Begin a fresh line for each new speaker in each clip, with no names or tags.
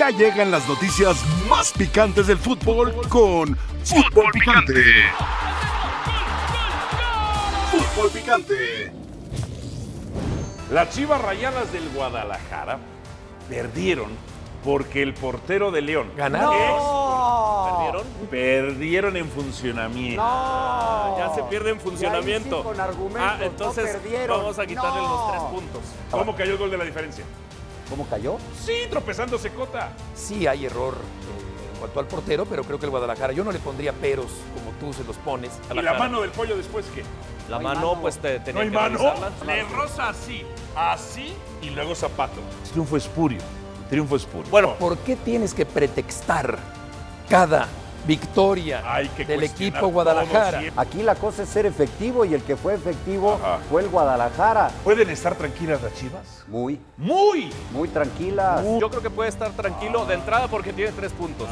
Ya llegan las noticias más picantes del fútbol con Fútbol Picante. Fútbol Picante.
Las Chivas Rayadas del Guadalajara perdieron porque el portero de León.
Ganaron.
¿Perdieron? Perdieron en funcionamiento.
Ya se pierde en funcionamiento.
sí con argumentos,
ah,
no
entonces
perdieron.
vamos a quitarle
No.
los tres puntos.
¿Cómo cayó el gol de la diferencia?
¿Cómo cayó?
Sí, tropezándose Cota.
Sí hay error eh, en cuanto al portero, pero creo que el Guadalajara, yo no le pondría peros como tú se los pones.
Y la mano del pollo después qué?
La
hay
mano,
mano.
pues te tenía
No hay
que
mano.
revisarla.
Le roza así, así y luego zapato. Triunfo espurio. Triunfo espurio.
Bueno,
¿Por qué tienes que pretextar cada victoria
Hay que
del
cuestionar
equipo
todo
Guadalajara?
siempre.
Aquí la cosa es ser efectivo y el que fue efectivo
Ajá.
fue el Guadalajara.
¿Pueden estar tranquilas las Chivas?
Muy,
Muy.
muy tranquila.
yo creo que puede estar tranquilo de entrada porque tiene tres puntos.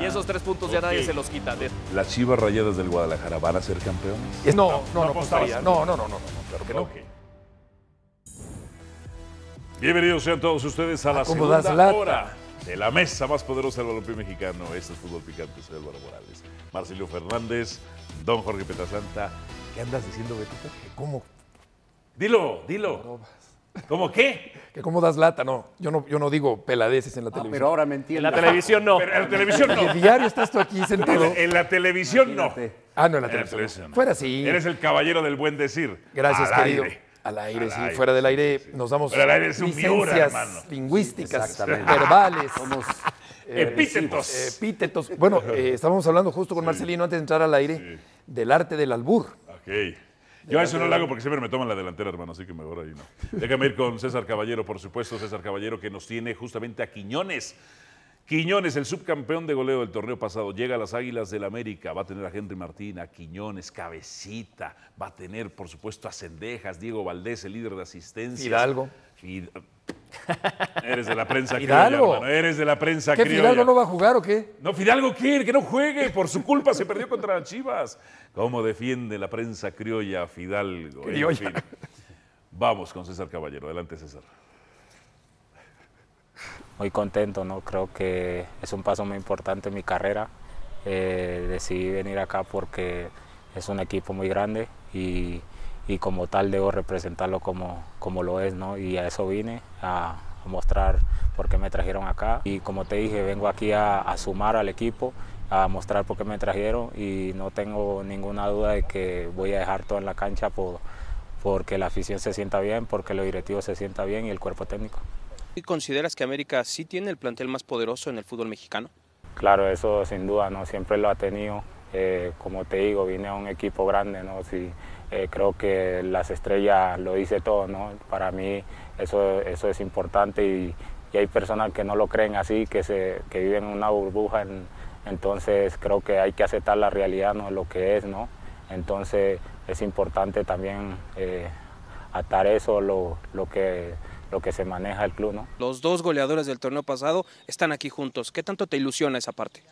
y esos tres puntos ya nadie
Ah, ok.
se los quita. De-
Las Chivas Rayadas del Guadalajara van a ser campeones.
No, no, no,
no apostabas.
apostaría. No, no, no, no, no, claro que no.
Ok. Bienvenidos sean todos ustedes a la
Ah, ¿Cómo
segunda
das lata?
hora de la mesa más poderosa del balompié mexicano. Este es Fútbol Picante, soy Álvaro Morales, Marcelo Fernández, Don Jorge Petasanta. ¿Qué andas diciendo, Betito?
¿Cómo?
Dilo, dilo. ¿Cómo qué?
¿Que ¿Cómo das lata? No, yo no, yo no digo peladeces en la
Ah, pero
televisión.
ahora me entiendes.
En la televisión no.
Pero en la televisión
El
no.
diario estás tú aquí sentado.
En la televisión no.
Imagínate.
Ah, no, en la
En la
televisión.
televisión.
Fuera sí.
Eh, pues, Eres el caballero del buen decir.
Gracias,
Al
querido.
aire.
Al aire,
Al
sí.
aire.
Fuera del aire nos damos
Fuera del aire es un
licencias
miura, hermano.
lingüísticas,
Exactamente.
verbales, Eh,
Somos
Epítetos.
epítetos. Bueno, eh, estábamos hablando justo con Marcelino antes de entrar al aire del arte del albur.
Ok. Yo a eso no lo hago porque siempre me toman la delantera, hermano, así que mejor ahí no. Déjame ir con César Caballero, por supuesto, César Caballero, que nos tiene justamente a Quiñones. Quiñones, el subcampeón de goleo del torneo pasado, llega a las Águilas del América, va a tener a Henry Martín, a Quiñones, Cabecita, va a tener, por supuesto, a Cendejas, Diego Valdés, el líder de asistencia.
Fidalgo.
Eres de la prensa
Fidalgo.
criolla, hermano. Eres de la prensa
¿Qué
criolla.
Fidalgo no va a jugar o qué?
No, Fidalgo quiere que no juegue, por su culpa se perdió contra las Chivas. ¿Cómo defiende la prensa criolla a Fidalgo? En
Criolla.
fin. Vamos con César Caballero, adelante César.
muy contento, ¿no? Creo que es un paso muy importante en mi carrera. Eh, decidí venir acá porque es un equipo muy grande y, y como tal debo representarlo como, como lo es, ¿no? Y a eso vine, a, a mostrar por qué me trajeron acá. Y como te dije, vengo aquí a, a sumar al equipo, a mostrar por qué me trajeron y no tengo ninguna duda de que voy a dejar todo en la cancha por, porque la afición se sienta bien, porque los directivos se sienta bien y el cuerpo técnico.
¿Y ¿Consideras que América sí tiene el plantel más poderoso en el fútbol mexicano?
Claro, eso sin duda, ¿no? Siempre lo ha tenido. Eh, como te digo, vine a un equipo grande, ¿no? Sí, eh, creo que las estrellas lo dice todo, ¿no? Para mí eso, eso es importante y, y hay personas que no lo creen así, que, se, que viven en una burbuja. en- entonces creo que hay que aceptar la realidad, ¿no? Lo que es, ¿no? Entonces es importante también eh, atar eso, lo, lo, que, lo que se maneja el club, ¿no?
Los dos goleadores del torneo pasado están aquí juntos. ¿Qué tanto te ilusiona esa parte?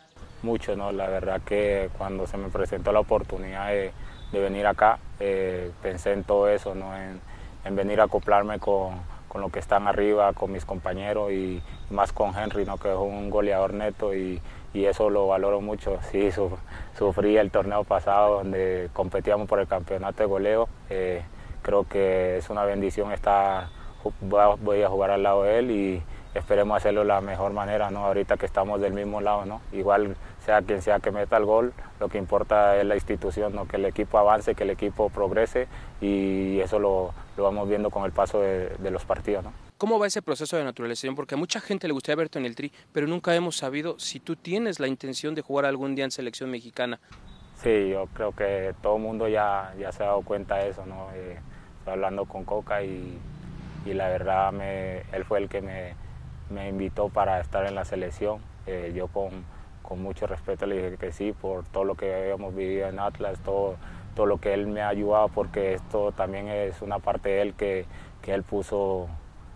mucho, ¿no? La verdad que cuando se me presentó la oportunidad de, de venir acá, eh, pensé en todo eso, ¿no? En, en venir a acoplarme con, con lo que están arriba, con mis compañeros y más con Henry, ¿no? Que es un goleador neto y, y eso lo valoro mucho. Sí, su- sufrí el torneo pasado donde competíamos por el campeonato de goleo. Eh, creo que es una bendición estar ju- voy a- voy a jugar al lado de él y esperemos hacerlo de la mejor manera, ¿no? Ahorita que estamos del mismo lado, ¿no? Igual sea quien sea que meta el gol, lo que importa es la institución, ¿no? Que el equipo avance, que el equipo progrese y eso lo, lo vamos viendo con el paso de, de los partidos, ¿no?
¿Cómo va ese proceso de naturalización? Porque a mucha gente le gustaría verte en el tri, pero nunca hemos sabido si tú tienes la intención de jugar algún día en selección mexicana.
Sí, yo creo que todo el mundo ya, ya se ha dado cuenta de eso, ¿no? Eh, estoy hablando con Coca y, y la verdad me, él fue el que me, me invitó para estar en la selección. Eh, yo con, con mucho respeto le dije que sí por todo lo que habíamos vivido en Atlas, todo, todo lo que él me ha ayudado, porque esto también es una parte de él que, que él puso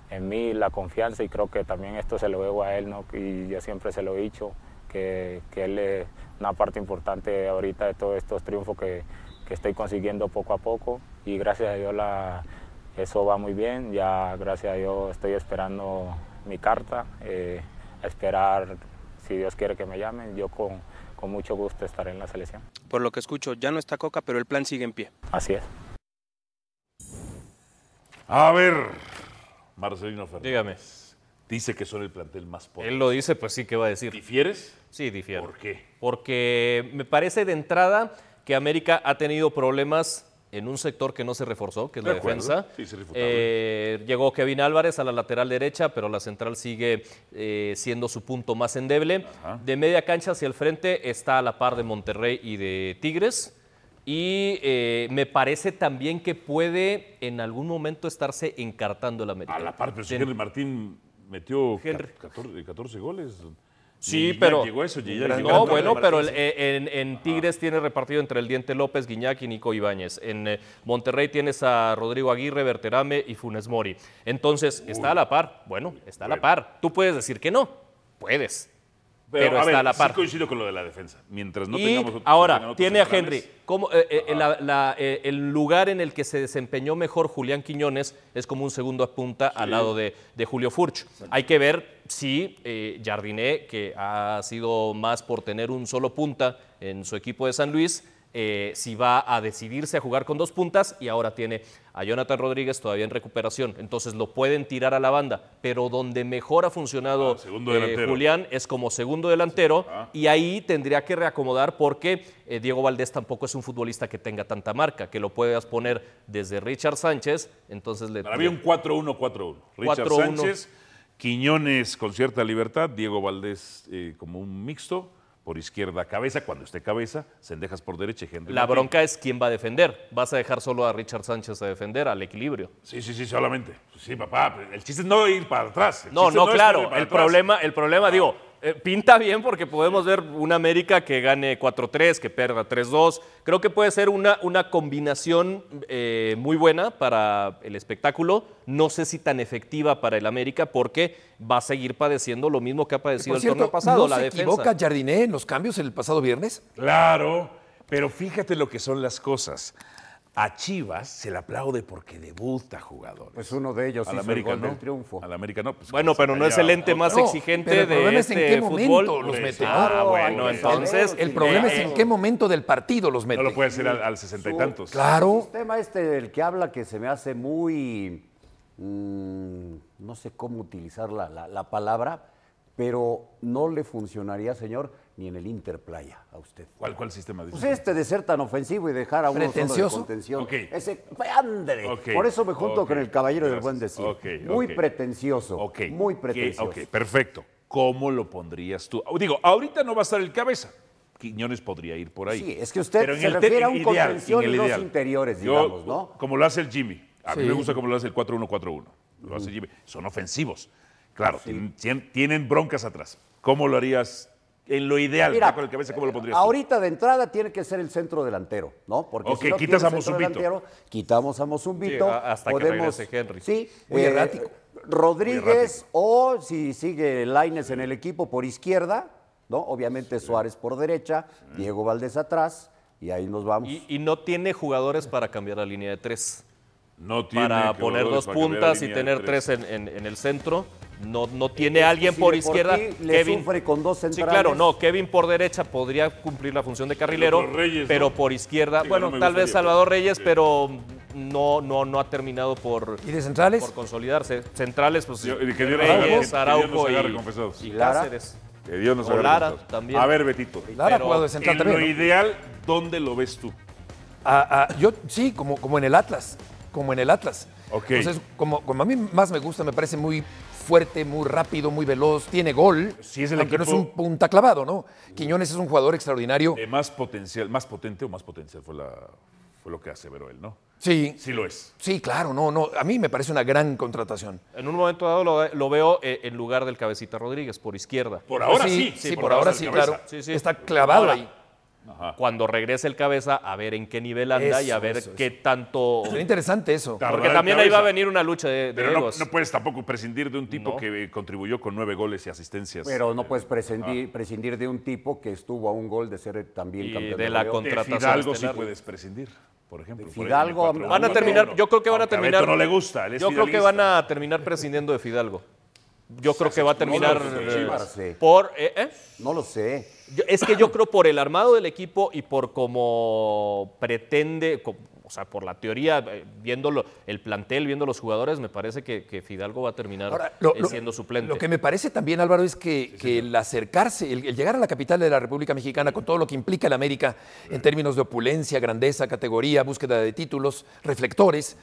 en mí la confianza y creo que también esto se lo debo a él, ¿no? Y yo siempre se lo he dicho, que, que él es una parte importante ahorita de todos estos triunfos que, que estoy consiguiendo poco a poco y gracias a Dios la, eso va muy bien, ya gracias a Dios estoy esperando mi carta, eh, a esperar, si Dios quiere que me llamen, yo con, con mucho gusto estaré en la selección.
Por lo que escucho, ya no está Coca, pero el plan sigue en pie.
Así es.
A ver, Marcelino Fernández.
Dígame.
Dice que son el plantel más pobre.
Él lo dice, pues sí, ¿qué va a decir?
¿Difieres?
Sí, difiere.
¿Por qué?
Porque me parece de entrada que América ha tenido problemas en un sector que no se reforzó, que es
De
la
acuerdo.
defensa.
Sí, es irrefutable.
Eh, llegó Kevin Álvarez a la lateral derecha, pero la central sigue eh, siendo su punto más endeble. De media cancha hacia el frente está a la par de Monterrey y de Tigres. Y eh, me parece también que puede en algún momento estarse encartando el América.
A la par, pero si
Ten-
Henry Martín metió ca-
Henry.
14, 14 goles.
Sí,
Gignac
pero.
Llegó a eso, Gignac
no,
llegó a-
bueno, pero el- eh, en, en Tigres tiene repartido entre el Diente López, Guiñac y Nico Ibáñez. En eh, Monterrey tienes a Rodrigo Aguirre, Berterame y Funes Mori. Entonces, está a la par. Bueno, está a la par. Tú puedes decir que no. Puedes. Pero,
a
está
ver,
a la
sí
par.
coincido con lo de la defensa. Mientras no
y
tengamos otros-
ahora,
tengan otros
tiene a
centrales,
Henry. Como, eh, eh, la- la, eh, el lugar en el que se desempeñó mejor Julián Quiñones es como un segundo punta al lado de, de Julio Furch. Hay que ver si eh, Jardiné, que ha sido más por tener un solo punta en su equipo de San Luis, eh, si va a decidirse a jugar con dos puntas y ahora tiene a Jonathan Rodríguez todavía en recuperación. Entonces lo pueden tirar a la banda, pero donde mejor ha funcionado
Ah, segundo
eh,
delantero.
Julián. Julián es como segundo delantero y ahí tendría que reacomodar porque eh, Diego Valdés tampoco es un futbolista que tenga tanta marca, que lo puedas poner desde Richard Sánchez, entonces le...
Para mí un 4-1-4-1. Richard
4-1.
Sánchez, Quiñones con cierta libertad, Diego Valdés eh, como un mixto, por izquierda cabeza, cuando esté cabeza, Sendejas por derecha y Henry
La
Martín.
bronca es quién va a defender. Vas a dejar solo a Richard Sánchez a defender, al equilibrio.
Sí, sí, sí, solamente. Pues Sí, papá, el chiste es no ir para atrás. el
No,
chiste
no,
es
claro.
ir para
El
atrás.
problema, el problema, digo, eh, pinta bien porque podemos ver una América que gane 4-3, que pierda 3-2. Creo que puede ser una, una combinación eh, muy buena para el espectáculo. No sé si tan efectiva para el América porque va a seguir padeciendo lo mismo que ha padecido
Por
el
cierto,
torneo pasado,
¿no
la
se
defensa.
equivoca Jardiné en los cambios el pasado viernes?
Claro, pero fíjate lo que son las cosas. A Chivas se le aplaude porque debuta jugador.
Pues uno de ellos
Al
hizo el
América
gol
no.
del triunfo.
Al América no. pues,
Bueno,
se
pero no es el
calla.
ente más
No,
exigente
pero el
de
problema es en
este
qué
fútbol.
momento los mete.
Ah,
Claro,
bueno,
hay que
entonces
saber,
El problema es
eh,
en qué momento del partido los mete.
No lo puede hacer al, al sesenta y tantos.
Claro.
El tema este del que habla que se me hace muy, mm, no sé cómo utilizar la, la- la palabra, pero no le funcionaría, señor, ni en el Interplaya a usted.
¿Cuál, cuál sistema dice?
Pues este de ser tan ofensivo y dejar a uno solo de
¿Pretencioso?
contención.
Ok.
Ese, ándale.
Ok,
Por eso me junto
ok,
con el caballero del
gracias.
buen decir.
Ok,
Muy
ok.
pretencioso.
Ok,
Muy
que-
pretencioso.
Ok, perfecto. ¿Cómo lo pondrías tú? Oh, Digo, ahorita no va a estar el cabeza. Quiñones podría ir por ahí.
Sí, es que usted
Pero en
se
el
refiere
te-
a un
ideal,
contención
en el
y dos
ideal.
interiores,
Yo,
digamos, ¿no?
Como lo hace el Jimmy. A mí
Sí.
me gusta como lo hace el 4-1-4-1. Lo
Mm.
hace Jimmy. Son ofensivos. Claro, tienen, tien- tienen broncas atrás. ¿Cómo lo harías en lo ideal?
Mira,
ya con el cabeza, ¿cómo lo pondrías tú?
Ahorita de entrada tiene que ser el centro delantero, ¿no? Porque
Ok,
si no
quitas
tiene
a
centro
Mozumbito.
delantero, Quitamos a Mozumbito.
Sí, a- hasta que regrese Henry.
Sí, eh,
Muy errático.
Rodríguez o si sigue Laines en el equipo por izquierda, ¿no? Obviamente Suárez por derecha, Diego Valdés atrás y ahí nos vamos.
y, y no tiene jugadores para cambiar la línea de tres.
No tiene
para
que
poner dos
jugadores para cambiar
puntas
la
y
línea de
tener tres en, en- en el centro. No, no tiene alguien
Eh, si
por
de por
izquierda.
sí le sufre con dos
sí,
centrales.
claro, no. Kevin por derecha podría cumplir la función de carrilero,
otro Reyes,
pero
¿no?
por izquierda,
Sí,
bueno,
no me
tal vez
gustaría,
Salvador
pero-
Reyes, pero no, no, no ha terminado por,
¿Y de centrales?
por consolidarse. Centrales, pues
Yo- y que Dios nos
Reyes,
agarre, que Dios
Araujo
nos
y,
agarre confesados.
y
Y Lara.
Cáceres.
Que Dios nos
O
agarre
Lara
confesados.
también.
A ver, Betito.
Lara ha
Pero
jugado de central
En lo
también. ¿no?
ideal, ¿dónde lo ves tú?
Ah, ah, yo sí, como, como en el Atlas, como en el Atlas.
Ok.
Entonces, como, como a mí más me gusta, me parece muy fuerte, muy rápido, muy veloz, tiene gol.
Sí, es el
aunque no es
equipo-
un punta clavado, ¿no? Quiñones es un jugador extraordinario.
Eh, más potencial, más potente o más potencial fue, la, fue lo que aseveró él, ¿no?
Sí,
Sí lo es.
sí, claro, no, no. A mí me parece una gran contratación.
En un momento dado lo, lo veo eh, en lugar del Cabecita Rodríguez, por izquierda.
Por ahora sí.
Pues sí, por, ahora
es
sí,
el
claro.
cabeza.
Sí, sí.
Está clavado
Ahora,
ahí.
Cuando regrese el cabeza, a ver en qué nivel anda y a
Eso,
ver
eso,
qué tanto.
Sería interesante eso.
Claro.
Porque
Tardará
también
el
ahí va a
cabeza.
venir una lucha de, de
Pero no,
egos.
no puedes tampoco prescindir de un tipo
No.
que eh, contribuyó con nueve goles y asistencias.
Pero no puedes prescindir, prescindir de un tipo que estuvo a un gol de ser también
Y
campeón
de
del
la
mundo.
con-
de
contratación
Fidalgo sí
estelar.
puedes prescindir, por ejemplo.
De
por ahí
Fidalgo,
en el cuatro,
Van a
uno,
terminar,
uno.
yo creo que van a
Aunque
terminar.
Beto no le gusta, él es
Yo creo que
fidelista.
van a terminar prescindiendo de Fidalgo. yo creo que va a terminar
no, no, no,
eh,
Chivas, sí.
por... eh, ¿eh?
No lo sé.
Yo- es que yo creo por el armado del equipo y por cómo pretende, co- o sea, por la teoría, eh, viendo lo- el plantel, viendo los jugadores, me parece que, que Fidalgo va a terminar
Ahora, lo-
eh,
lo-
siendo suplente.
Lo que me parece también, Álvaro, es que, que el acercarse, el, el llegar a la capital de la República Mexicana con todo lo que implica el América en términos de opulencia, grandeza, categoría, búsqueda de títulos, reflectores,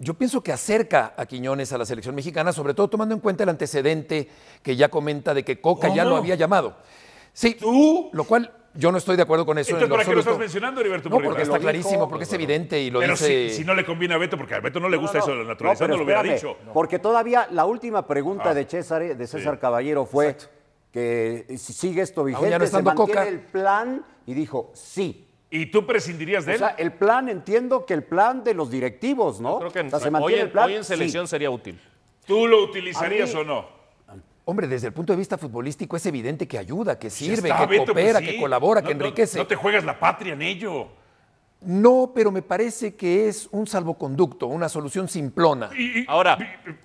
yo pienso que acerca a Quiñones a la selección mexicana, sobre todo tomando en cuenta el antecedente que ya comenta de que Coca ya lo
¿Cómo?
había llamado. Sí,
¿Tú?
lo cual yo no estoy de acuerdo con eso.
Entonces,
en lo
¿para qué lo
absoluto.
estás mencionando, Heriberto
No,
Murrieta?
porque está
Lo dijo,
clarísimo, porque
pues,
es evidente y lo
Pero
dice.
si, si no le conviene a Beto, porque a Beto no le
No,
gusta
no,
eso,
no.
lo naturalizado
No, pero
lo hubiera
espérame,
dicho.
Porque todavía la última pregunta de César, de César Caballero fue que si sigue esto
ya
vigente,
no
se
estando
mantiene
Coca.
el plan y dijo sí.
¿Y tú prescindirías de
O
él?
sea, el plan, entiendo que el plan de los directivos, ¿no?
Creo que en-
O sea, ¿se
hoy,
mantiene
en,
el plan?
hoy en
Sí.
selección sería útil.
¿Tú lo utilizarías o no?
Hombre, desde el punto de vista futbolístico es evidente que ayuda, que sirve,
Está
que
Beto, pues
coopera,
sí.
que colabora,
No,
que
no,
enriquece.
No, te juegas la patria en ello.
No, pero me parece que es un salvoconducto, una solución simplona.
Y- y-
Ahora,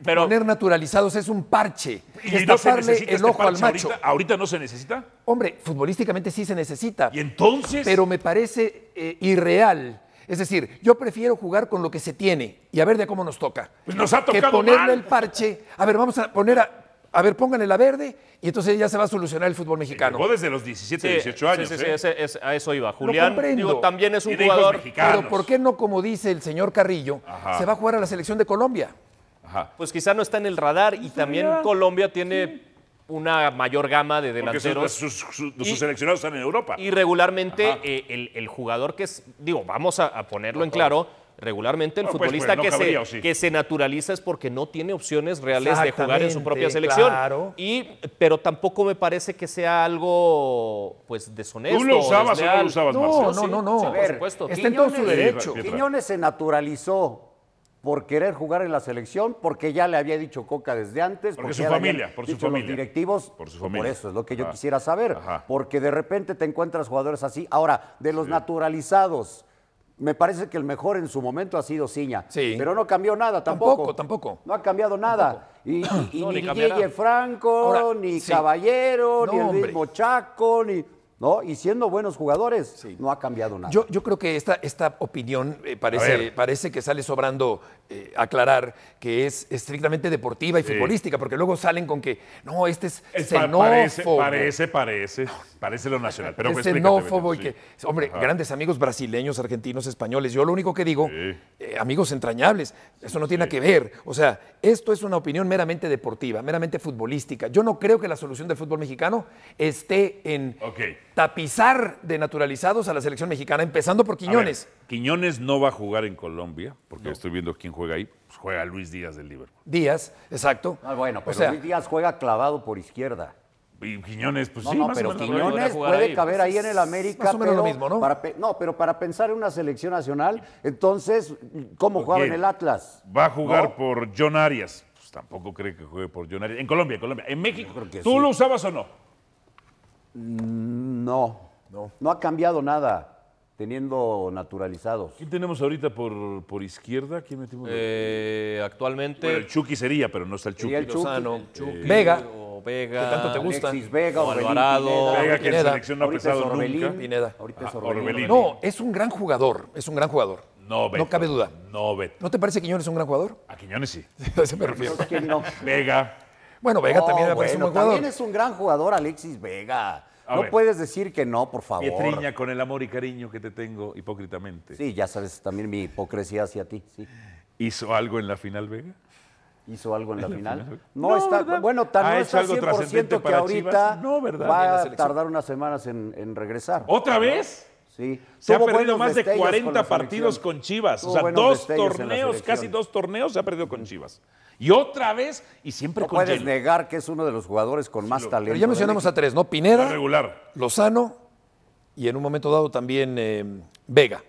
pero
Poner naturalizados es un parche,
y
es
no se
taparle
necesita
el
este
ojo al
parche
macho.
Ahorita, ahorita no se necesita.
Hombre, futbolísticamente sí se necesita,
¿Y entonces?
pero me parece eh, irreal. Es decir, yo prefiero jugar con lo que se tiene y a ver de cómo nos toca.
Pues nos ha
que
tocado
ponerle
mal.
el parche. A ver, vamos a poner a, a ver, pónganle la verde y entonces ya se va a solucionar el fútbol mexicano.
Llegó desde los 17,
sí,
18 años.
sí, sí,
¿eh?
ese- ese- a eso iba. Julián,
comprendo.
digo, también es un
Tiene hijos
jugador...
mexicanos.
Pero ¿por qué no, como dice el señor Carrillo,
Ajá.
se va a jugar a la selección de Colombia?
Ajá.
Pues quizá no está en el radar y también Colombia tiene una mayor gama de
Porque
delanteros.
sus, sus- sus- sus
Y-
seleccionados están en Europa.
Y regularmente
Ajá.
eh, el, el jugador que es, digo, vamos a, a ponerlo en claro, regularmente el
No, pues,
futbolista
pues, no
que,
cabría, ¿o
se,
sí?
que se naturaliza es porque no tiene opciones reales de jugar en su propia
Exactamente,
selección.
claro.
Y, pero tampoco me parece que sea algo pues deshonesto.
¿Tú lo
o
usabas o no
desleal.
lo usabas,
No,
Marcelo?
no,
sí,
no, no.
sí,
A
por
ver,
supuesto.
Está en todo su
Quiñones-
derecho.
Sí,
Quiñones se naturalizó por querer jugar en la selección, porque ya le había dicho Coca desde antes.
Porque su
ya le habían
familia, por su
dicho los
familia.
directivos.
Por su familia.
eso es lo que yo
Ajá.
quisiera saber.
Ajá.
Porque de repente te encuentras jugadores así. Ahora, de los naturalizados, me parece que el mejor en su momento ha sido Ciña.
Sí.
Pero no cambió nada
Tampoco,
tampoco.
tampoco.
No ha cambiado nada. Y, y- y
No,
ni,
ni cambiará.
Guille Franco,
Ahora,
ni
sí.
Caballero,
No,
ni el
hombre.
mismo Chaco, ni. ¿No? Y siendo buenos jugadores, no ha cambiado nada.
Yo, yo creo que esta, esta opinión eh, parece,
ver.
parece que sale sobrando eh, aclarar que es estrictamente deportiva y futbolística, porque luego salen con que no, este es,
Es pa-
xenófobo.
parece, parece, parece, parece lo nacional. Pero
es
pues, explícate,
xenófobo y
Beto,
que,
sí.
hombre,
Ajá.
grandes amigos brasileños, argentinos, españoles. Yo lo único que digo, eh, amigos entrañables, eso no tiene nada que ver. O sea, esto es una opinión meramente deportiva, meramente futbolística. Yo no creo que la solución del fútbol mexicano esté en
Ok.
tapizar de naturalizados a la selección mexicana, empezando por
A ver,
Quiñones.
Quiñones no va a jugar en Colombia, porque estoy viendo quién juega ahí. Pues juega Luis Díaz del Liverpool.
Díaz, exacto.
Ah, bueno, pero
o sea,
Luis Díaz juega clavado por izquierda.
Y Quiñones, pues
No,
sí,
no,
más o
pero
menos.
Quiñones-
Quiñones
jugar
puede
ahí.
caber ahí en el América.
más o menos lo
pero
mismo, ¿no?
para pe- no, pero para pensar en una selección nacional, entonces, ¿cómo jugaba en
quién?
el Atlas?
Va a jugar
¿No?
por John Arias. Pues tampoco cree que juegue por John Arias. En Colombia, en Colombia. En México,
creo que
¿tú
sí.
lo usabas o no?
No, no. ha cambiado nada teniendo naturalizados.
¿Quién tenemos ahorita por, por izquierda? ¿Quién metimos?
Eh, actualmente
Bueno, el Chucky sería, pero no está el Chucky.
Sería el Chucky.
Lozano,
Chucky
Vega,
o Vega,
que tanto te gusta.
Alexis Vega,
O
Orbelín
Alvarado.
Pineda.
Vega, que en
Pineda.
selección no ha
Ahorita es
pesado
Orbelín.
nunca.
Pineda.
Ahorita es
Ah,
Orbelín.
Orbelín.
No, es un gran jugador, es un gran jugador.
No, Beto.
cabe duda.
No, Beto.
¿No te parece que Quiñones es un gran jugador?
A Quiñones sí.
A eso me refiero.
Entonces, ¿quién no?
Vega.
Bueno, Vega
No,
también me parece
bueno,
un buen jugador.
También es un gran jugador Alexis Vega.
A
no
ver.
puedes decir que no, por favor.
Pietriña, con el amor y cariño que te tengo, hipócritamente.
Sí, ya sabes también mi hipocresía hacia ti, sí.
¿Hizo algo en la final, Vega?
hizo algo en la final. No, está, bueno, tan
¿Ha
no
hecho
está
algo
100%
trascendente
que
para
ahorita
Chivas? No, ¿verdad? En
va
la
a
selección.
tardar unas semanas en, en regresar.
¿Otra vez?
Sí.
Se ha
Tuvo
perdido
buenos
más de
destellos con
40
la
partidos
selección.
con Chivas.
Tuvo
o sea,
buenos
dos
destellos en la
torneos, casi
selección.
dos torneos se ha perdido con Chivas. Y otra vez, y siempre
No
con
puedes
hielo.
negar que es uno de los jugadores con más talento.
Pero ya mencionamos a tres, ¿no?
La
Pineda,
regular.
Lozano y en un momento dado también eh, Vega.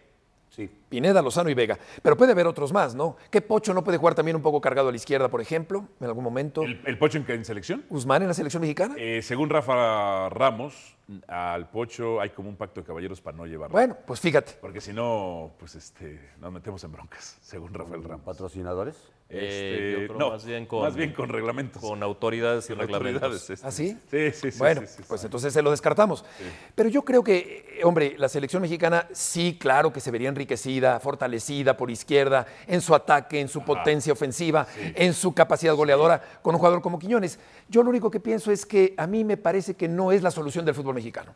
Sí.
Pineda, Lozano y Vega. Pero puede haber otros más, ¿no? Que Pocho no puede jugar también un poco cargado a la izquierda, por ejemplo, en algún momento.
¿El, el Pocho en, en selección?
Guzmán en la selección mexicana.
Eh, según Rafa Ramos, al Pocho hay como un pacto de caballeros para no llevarlo.
Bueno, pues fíjate.
Porque si no, pues este, nos metemos en broncas, según Rafael Ramos.
¿Patrocinadores?
Eh,
Este,
yo creo
no,
más bien con,
más bien con reglamentos.
Con autoridades y
Con
reglamentos.
autoridades, este.
¿Ah, sí?
Sí, sí, sí.
Bueno,
sí, sí, sí.
pues entonces se lo descartamos. Pero yo creo que, eh, hombre, la selección mexicana sí, claro que se vería enriquecida, fortalecida por izquierda, en su ataque, en su potencia ofensiva, en su capacidad goleadora con un jugador como Quiñones. Yo lo único que pienso es que a mí me parece que no es la solución del fútbol mexicano.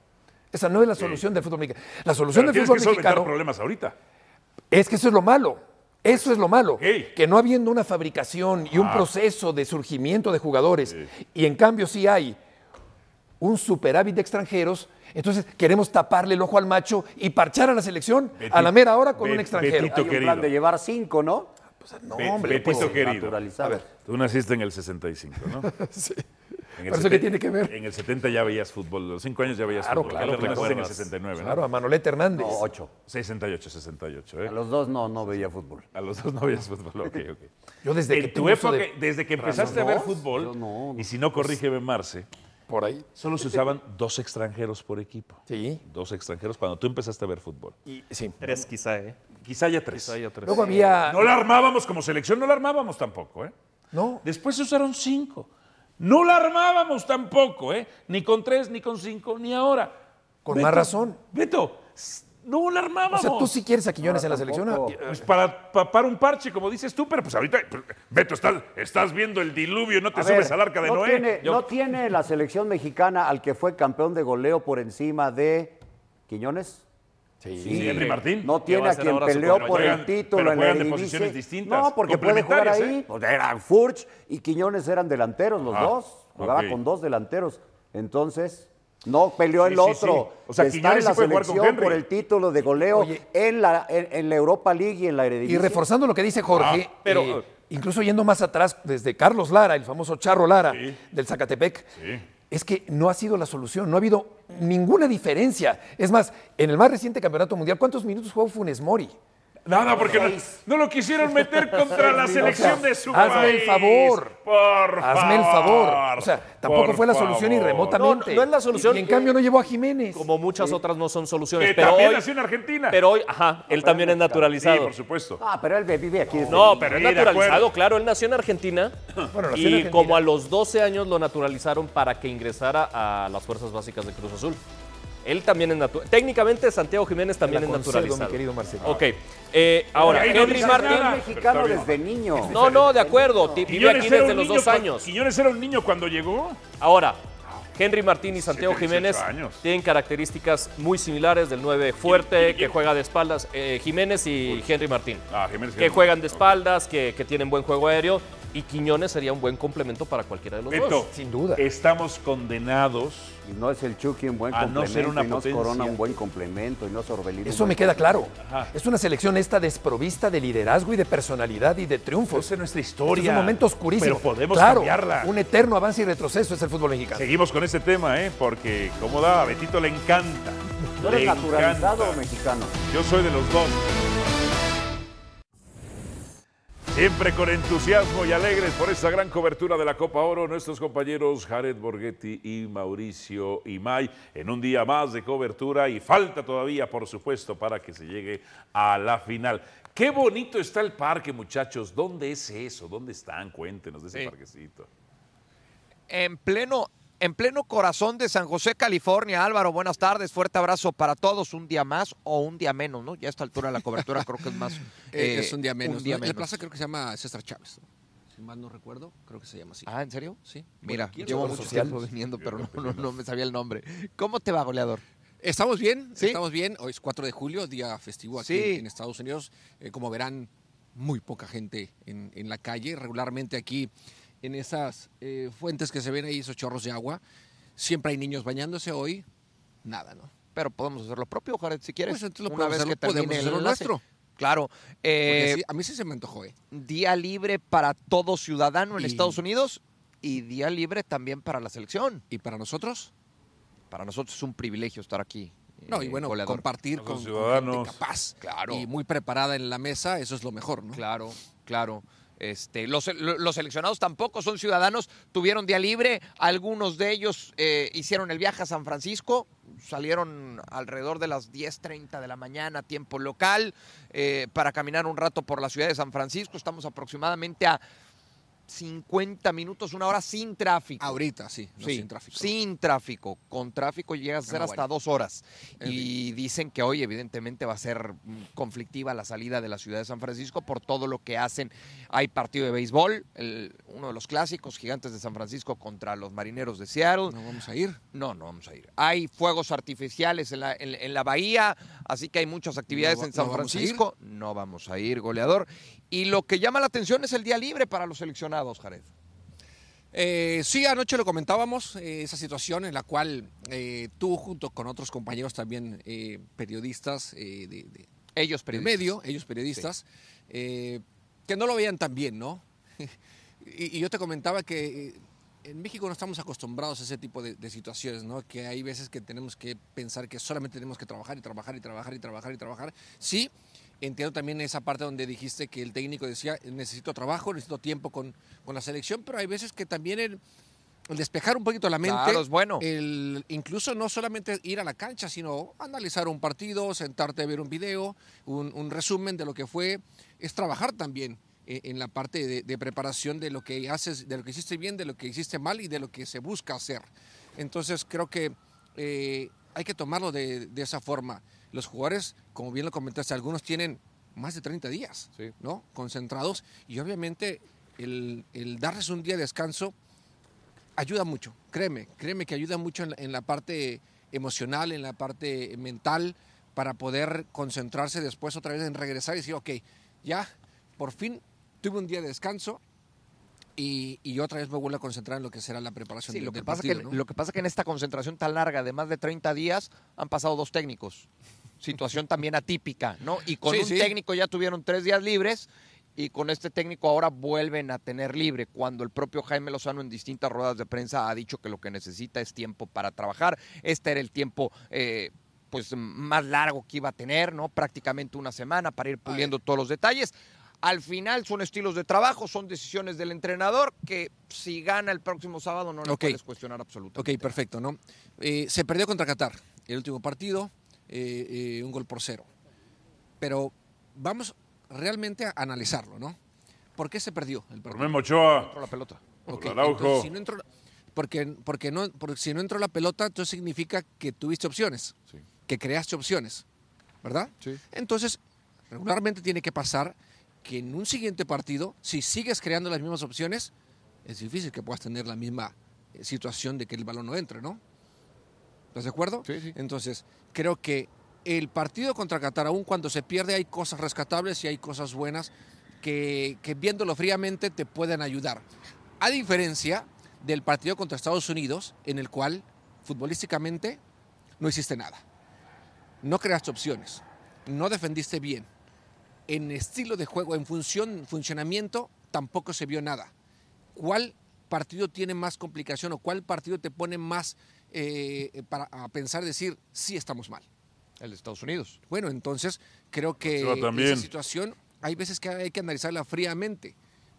Esa no es la solución del fútbol mexicano. La solución
Pero
del
tienes
fútbol
que solventar
mexicano
problemas ahorita.
es que eso es lo malo. Eso es lo malo.
Ok.
Que no habiendo una fabricación y un
Ah.
proceso de surgimiento de jugadores, y en cambio sí hay un superávit de extranjeros, entonces queremos taparle el ojo al macho y parchar a la selección
Beti-
a la mera hora con
Be-
un extranjero.
Betito
Hay un plan
querido.
de llevar cinco, ¿no?
Ay, no,
Be-
hombre.
Betito
pues,
querido.
Naturalizado.
Tú naciste en el 65, ¿no?
sí.
En el
Pero eso qué tiene que ver.
En el 70 ya veías fútbol, a los 5 años ya veías
Claro,
fútbol.
claro,
Tú naciste
claro.
en el 69, ¿no?
Claro, a Manolete Hernández.
No, ocho.
68, 68, ¿eh?
A los dos no, no veía fútbol.
A los dos no veías fútbol, ok, ok.
Yo desde que
en tu
tengo uso
época,
de-
desde que empezaste a ver fútbol,
Yo no.
y si no
pues,
corrígeme Marce,
por ahí.
solo se usaban dos extranjeros por equipo.
Sí.
Dos extranjeros cuando tú empezaste a ver fútbol.
Y- sí.
Tres quizá, ¿eh?
Quizá haya tres.
Quizá hay otros.
Luego había.
No la armábamos como selección, no la armábamos tampoco, ¿eh?
No.
Después se usaron cinco. No la armábamos tampoco, ¿eh? Ni con tres, ni con cinco, ni ahora.
Con más razón.
Beto, s- no la
O
armábamos.
sea, tú sí quieres a Quiñones en la selección.
tampoco.
Ah,
Pues para papar un parche, como dices tú, pero pues ahorita, pues, Beto, estás, estás viendo el diluvio, no te
A
subes
ver,
al arca de
no
Noé.
Tiene,
Yo-
¿No tiene la selección mexicana al que fue campeón de goleo por encima de Quiñones?
Sí, Henry Martín.
No tiene
va a
a
ser
quien
ahora su
peleó
jugador.
por
Juegan-
el título
pero
en la
juegan de
Eredivisie.
posiciones distintas,
No, porque puede jugar
complementarias,
ahí.
¿eh?
Pues eran Furch y Quiñones eran delanteros los
Ah,
dos. Jugaba
ok.
con dos delanteros. Entonces, no peleó
Sí,
el
sí,
otro.
sí. O sea,
que está
Quiñones
en
sí
la
puede jugar con
selección
Henry.
por el título de goleo
Oye.
en, la, en, en la Europa League y en la
Y
Eredivisie.
reforzando lo que dice Jorge,
Ah, pero-
eh, incluso yendo más atrás, desde Carlos Lara, el famoso Charro Lara
Sí.
del Zacatepec,
Sí.
es que no ha sido la solución, no ha habido ninguna diferencia. Es más, en el más reciente Campeonato Mundial, ¿cuántos minutos jugó Funes Mori?
Nada, porque no, no lo quisieron meter contra la selección de su
Hazme el
país.
favor.
Por
Hazme el favor. O sea, tampoco
Por
fue la solución ni
favor.
remotamente.
No, no es la solución.
Y en cambio no llevó a Jiménez.
Como muchas otras no son soluciones.
Que
pero
también
hoy,
nació en Argentina.
Pero hoy, ajá, él también es
Sí,
naturalizado.
por supuesto.
Ah, pero él vive aquí. desde
No,
niño.
pero es
Sí, de
naturalizado,
acuerdo.
claro. Él nació en Argentina
Bueno, nació en
y
Argentina.
como a los 12 años lo naturalizaron para que ingresara a las fuerzas básicas de Cruz Azul. Él también es natural. Técnicamente Santiago Jiménez
Te la
también es
concedo,
naturalizado.
mi querido Marcelo.
Ok. eh, ahora,
ahí no
Henry
dices
Martin.
nada.
Es mexicano
Pero está
desde niño.
No, no, de acuerdo. ti- Vive
Quiñones
aquí
era
desde
un
los
niño
dos
cuan-
años.
Quiñones era un niño cuando llegó.
Ahora, Henry Martín y Santiago
17,
Jiménez
18 años.
tienen características muy similares del 9
quién-
fuerte que
quién?
juega de espaldas, eh, Jiménez y Henry Martín.
Ah, Jiménez,
Que
Jiménez.
juegan de
Ok.
espaldas, que, que tienen buen juego aéreo y Quiñones sería un buen complemento para cualquiera de los dos.
Beto,
Sin duda.
Estamos condenados.
Y no es el Chucky un buen
A Ah, no
complemento,
ser una
y no es
potencia.
Corona un buen complemento, y no es Orbelín un
Eso
buen
me queda claro. Es una selección esta desprovista de liderazgo y de personalidad y de triunfos.
Esa es nuestra historia.
este Es un momento oscurísimo.
Pero podemos
Claro,
cambiarla.
Un eterno avance y retroceso es el fútbol mexicano.
Seguimos con este tema, ¿eh? Porque, como da, a Betito le encanta.
¿Tú
Le
eres naturalizado
encanta.
mexicano?
Yo soy de los dos. Siempre con entusiasmo y alegres por esta gran cobertura de la Copa Oro, nuestros compañeros Jared Borghetti y Mauricio Imay, en un día más de cobertura y falta todavía, por supuesto, para que se llegue a la final. Qué bonito está el parque, muchachos. ¿Dónde es eso? ¿Dónde están? Cuéntenos de ese
Sí.
parquecito.
en pleno, en pleno corazón de San José, California. Álvaro, buenas tardes, fuerte abrazo para todos. Un día más o un día menos, ¿no? Ya a esta altura de la cobertura creo que es más.
Eh,
eh,
es un día menos.
un día
¿no?
menos.
La plaza creo que se llama César Chávez. ¿no? Si mal no recuerdo, creo que se llama así.
Ah, ¿en serio?
Sí.
Mira,
Bueno,
llevo mucho
sabe los sociales?
tiempo viniendo, pero no, no, no me sabía el nombre. ¿Cómo te va, goleador?
Estamos bien,
Sí.
estamos bien. Hoy es 4 de julio, día festivo aquí
Sí.
en, en Estados Unidos. Eh, como verán, muy poca gente en, en la calle. Regularmente aquí, en esas eh, fuentes que se ven ahí, esos chorros de agua, siempre hay niños bañándose hoy. Nada, ¿no?
Pero podemos hacer lo propio, Jared, si quieres.
Pues entonces lo
una
podemos
vez
hacer-
que termine
podemos
el
hacer lo
enlace.
nuestro.
Claro.
Porque
eh,
sí, a mí sí se me antojó, ¿eh?
Día libre para todo ciudadano en
Y-
Estados Unidos y día libre también para la selección.
¿Y para nosotros?
Para nosotros es un privilegio estar aquí.
No, y
eh,
bueno,
goleador.
compartir
Los
con, con
ciudadanos.
gente capaz
Claro.
y muy preparada en la mesa, eso es lo mejor, ¿no?
Claro, claro. Este, los, lo- los seleccionados tampoco son ciudadanos, tuvieron día libre, algunos de ellos eh, hicieron el viaje a San Francisco, salieron alrededor de las 10.30 de la mañana, tiempo local, eh, para caminar un rato por la ciudad de San Francisco. Estamos aproximadamente a 50 minutos, una hora sin tráfico.
Ahorita, sí, no,
Sí,
sin tráfico.
sin tráfico. Con tráfico llegas a ser
Ah,
hasta
bueno.
dos horas.
En
Y dicen que hoy, evidentemente, va a ser mm, conflictiva la salida de la ciudad de San Francisco por todo lo que hacen. Hay partido de béisbol, el- uno de los clásicos, Gigantes de San Francisco contra los Marineros de Seattle.
No vamos a ir.
No, no vamos a ir. Hay fuegos artificiales en la, en, en la bahía, así que hay muchas actividades
No va-
en San
no vamos a ir.
Francisco. No vamos a ir, goleador. Y lo que llama la atención es el día libre para los seleccionados, Jared.
Eh, sí, anoche lo comentábamos, eh, esa situación en la cual eh, tú junto con otros compañeros también eh, periodistas eh, de- de,
Ellos
del
periodistas.
medio, ellos periodistas, eh, que no lo veían tan bien, ¿no? y, y yo te comentaba que eh, en México no estamos acostumbrados a ese tipo de, de situaciones, ¿no? Que hay veces que tenemos que pensar que solamente tenemos que trabajar y trabajar y trabajar y trabajar y trabajar. Sí, entiendo también esa parte donde dijiste que el técnico decía, necesito trabajo, necesito tiempo con, con la selección, pero hay veces que también el, el despejar un poquito la mente
Claro, es bueno.
el incluso no solamente ir a la cancha, sino analizar un partido, sentarte a ver un video, un, un resumen de lo que fue, es trabajar también eh, en la parte de, de preparación de lo que haces, de lo que hiciste bien, de lo que hiciste mal y de lo que se busca hacer. Entonces creo que eh, hay que tomarlo de, de esa forma. Los jugadores, como bien lo comentaste, algunos tienen más de 30 días,
Sí.
¿no? Concentrados y obviamente el, el darles un día de descanso ayuda mucho, créeme, créeme que ayuda mucho en la, en la parte emocional, en la parte mental, para poder concentrarse después otra vez en regresar y decir, ok, ya, por fin tuve un día de descanso y, y otra vez me vuelvo a concentrar en lo que será la preparación
Sí,
del,
lo que,
del
pasa
partido.
que,
¿no?
lo que pasa que en esta concentración tan larga de más de 30 días han pasado dos técnicos. Situación también atípica, ¿no? Y con
Sí,
un
sí.
técnico ya tuvieron tres días libres y con este técnico ahora vuelven a tener libre, cuando el propio Jaime Lozano en distintas ruedas de prensa ha dicho que lo que necesita es tiempo para trabajar. Este era el tiempo... eh, pues más largo que iba a tener, ¿no? Prácticamente una semana para ir puliendo todos los detalles. Al final son estilos de trabajo, son decisiones del entrenador que si gana el próximo sábado no lo
Ok.
puedes cuestionar
Ok,
absolutamente.
perfecto, ¿no? Eh, se perdió contra Qatar, el último partido, eh, eh, un gol por cero. Pero vamos realmente a analizarlo, ¿no? ¿Por qué se perdió el
Por
partido?
Memo Ochoa.
Por la pelota.
Por
Ok,
Araujo.
entonces, si no entró- porque, porque no, porque si no entró la pelota, entonces significa que tuviste opciones,
Sí.
que creaste opciones, ¿verdad?
Sí.
Entonces, regularmente tiene que pasar que en un siguiente partido, si sigues creando las mismas opciones, es difícil que puedas tener la misma eh, situación de que el balón no entre, ¿no? ¿Estás de acuerdo?
Sí, sí.
Entonces, creo que el partido contra Qatar, aún cuando se pierde, hay cosas rescatables y hay cosas buenas que, que viéndolo fríamente te pueden ayudar. A diferencia del partido contra Estados Unidos, en el cual futbolísticamente no hiciste nada. No creaste opciones. No defendiste bien. En estilo de juego, en función, funcionamiento, tampoco se vio nada. ¿Cuál partido tiene más complicación o cuál partido te pone más eh, para a pensar, decir, sí estamos mal?
El de Estados Unidos.
Bueno, entonces creo que
Ochoa también.
esa situación hay veces que hay que analizarla fríamente,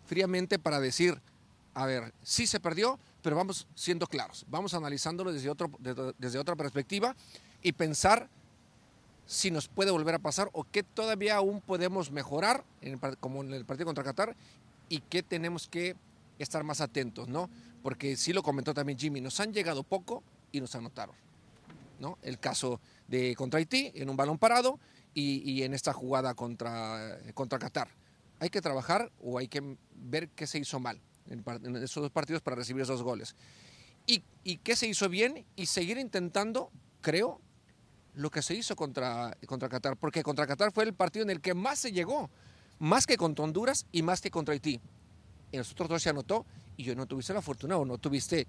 fríamente para decir, a ver, sí se perdió, pero vamos siendo claros, vamos analizándolo desde, otro, desde, desde otra perspectiva y pensar si nos puede volver a pasar o qué todavía aún podemos mejorar, en el par- como en el partido contra Qatar, y qué tenemos que estar más atentos, ¿no? Porque sí lo comentó también Jimmy, nos han llegado poco y nos anotaron. ¿no? El caso de contra Haití, en un balón parado, y, y en esta jugada contra, contra Qatar. Hay que trabajar o hay que ver qué se hizo mal en, par- en esos dos partidos para recibir esos goles. Y, y qué se hizo bien y seguir intentando, creo, lo que se hizo contra, contra Qatar, porque contra Qatar fue el partido en el que más se llegó, más que contra Honduras y más que contra Haití. En los otros dos se anotó y yo no tuviste la fortuna o no tuviste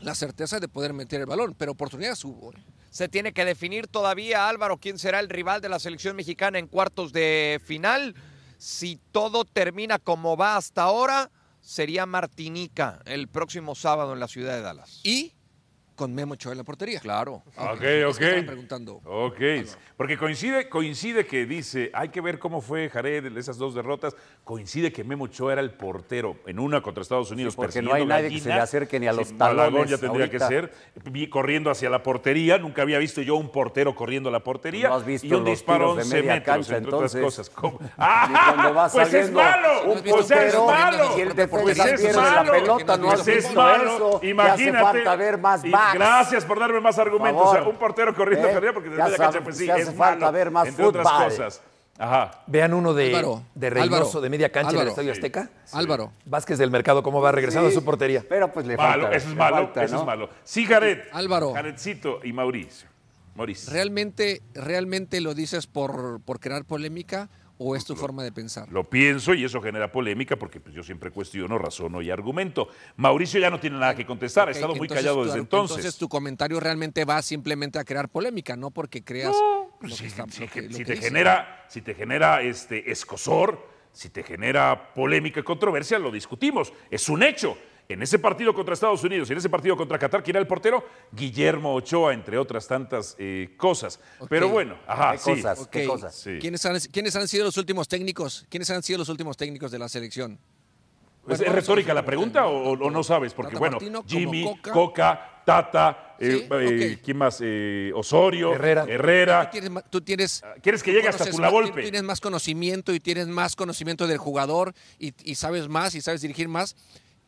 la certeza de poder meter el balón, pero oportunidades hubo.
Se tiene que definir todavía, Álvaro, quién será el rival de la selección mexicana en cuartos de final. Si todo termina como va hasta ahora, sería Martinica el próximo sábado en la ciudad de Dallas.
Y con Memo Ochoa en la portería.
Claro.
Ok,
Es
ok.
que estaban preguntando.
Ok, porque coincide, coincide que dice, hay que ver cómo fue Jared en esas dos derrotas. Coincide que Memo Ochoa era el portero en una contra Estados Unidos.
porque
persiguiendo
no hay nadie que se le acerque ni a los
Malagón
talones
ya tendría que
ahorita.
ser. Vi corriendo hacia la portería. Nunca había visto yo un portero corriendo a la portería.
No has visto
y un
los
disparo
tiros de
11
media
metros,
cancha,
entre
entonces.
otras cosas. ¿Cómo?
Ni cuando va
¡Ah! Pues es
saliendo
malo.
un
Pues es
portero
malo.
y el
Pues
defensa
es
pierde la
malo.
pelota, no has
Pues es
visto
malo.
eso. Te hace
Imagínate.
falta ver más
Y
backs.
Gracias por darme más argumentos.
favor.
O sea, un portero corriendo
¿Eh?
carrera porque
Ya
desde la cancha
sabe-
pues sí,
se hace
es
falta
malo,
ver más
entre otras
fútbol.
cosas. Ajá.
Vean uno de,
Álvaro,
de Reynoso,
Álvaro,
de media cancha del
Álvaro.
Estadio Azteca.
Álvaro,
Vázquez del Mercado, cómo va regresando a su portería.
Pero pues le
Malo,
falta.
eso es
le
malo,
falta,
eso
¿no?
es malo. Sí, Jared.
Álvaro.
Jaredcito y Mauricio. Mauricio.
¿realmente, realmente lo dices por, por crear polémica o es tu forma de pensar?
Lo pienso y eso genera polémica porque pues, yo siempre cuestiono, razono y argumento. Mauricio ya no tiene nada que contestar, ha
Ok,
estado muy
entonces
callado
tu
desde
ar-
entonces.
Entonces tu comentario realmente va simplemente a crear polémica, no porque creas lo que
si,
está-
si-
lo que- lo
si
que
te
dice.
genera, si te genera este escosor, si te genera polémica y controversia, lo discutimos. Es un hecho. En ese partido contra Estados Unidos y en ese partido contra Qatar, ¿quién era el portero? Guillermo Ochoa, entre otras tantas eh, cosas.
Ok.
Pero bueno, ajá,
¿Qué
sí.
cosas?
Ok,
¿Qué cosas?
este Sí.
¿Quiénes, han, quiénes han sido los últimos técnicos? ¿Quiénes han sido los últimos técnicos de la selección?
¿Es,
Bueno,
es
vamos a los
retórica la
últimos
pregunta o,
técnicos,
o no
tanto
sabes? Porque
Tata
bueno,
Martino como
Jimmy, Coca,
Coca.
Tata,
Sí,
eh, eh,
ok.
¿quién más? Eh, Osorio,
Herrera.
Tú
Herrera.
tienes, ma- tú tienes-
Ah. ¿Quieres que
tú
llegue hasta
conoces más,
Cunavolpe?
Tú tienes más conocimiento y tienes más conocimiento del jugador y, y sabes más y sabes dirigir más